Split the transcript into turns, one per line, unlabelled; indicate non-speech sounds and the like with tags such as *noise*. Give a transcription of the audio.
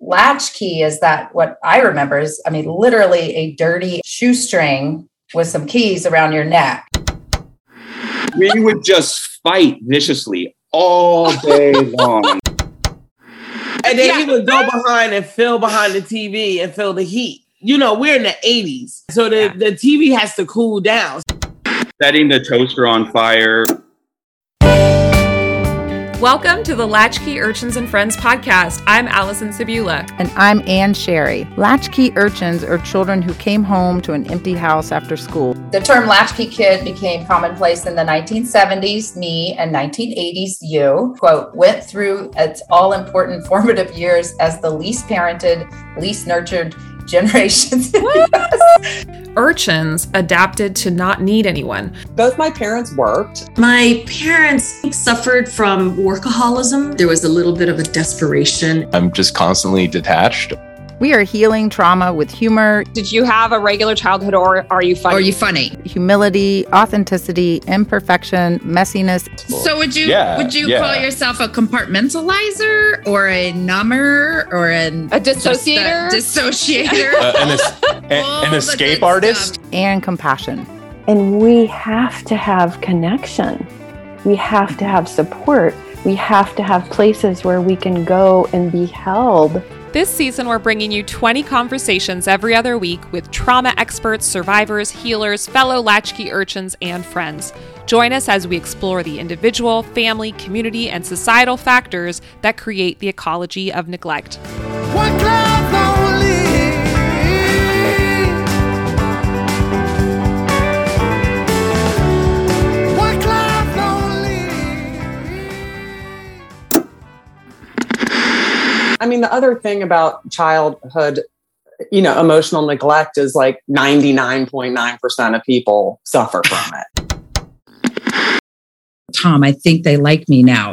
latchkey is that what I remember is, I mean, literally a dirty shoestring with some keys around your neck.
We would just fight viciously all day long. *laughs*
And then he would go behind and fill behind the TV and feel the heat. You know, we're in the 80s. So the, the TV has to cool down.
Setting the toaster on fire.
Welcome to the Latchkey Urchins and Friends podcast. I'm Allison Sibula.
And I'm Ann Sherry. Latchkey urchins are children who came home to an empty house after school.
The term latchkey kid became commonplace in the 1970s, me, and 1980s, you. Quote, went through its all important formative years as the least parented, least nurtured *laughs* generations. in the US.
Urchins adapted to not need anyone.
Both my parents worked.
My parents suffered from workaholism. There was a little bit of a desperation.
I'm just constantly detached.
We are healing trauma with humor,
Did you have a regular childhood or are you funny?
Are you funny?
humility, authenticity, imperfection, messiness.
So would you
Yeah,
would you
yeah.
call yourself a compartmentalizer or a number or an
a
just a
dissociator?
dissociator?
Uh,
*laughs*
an, es- a-
All the
an
good
escape
stuff.
artist.
and compassion.
And we have to have connection. We have to have support. We have to have places where we can go and be held.
This season, we're bringing you 20 conversations every other week with trauma experts, survivors, healers, fellow latchkey urchins, and friends. Join us as we explore the individual, family, community, and societal factors that create the ecology of neglect.
I mean, the other thing about childhood, you know, emotional neglect is like 99.9% of people suffer from it.
Tom, I think they like me now.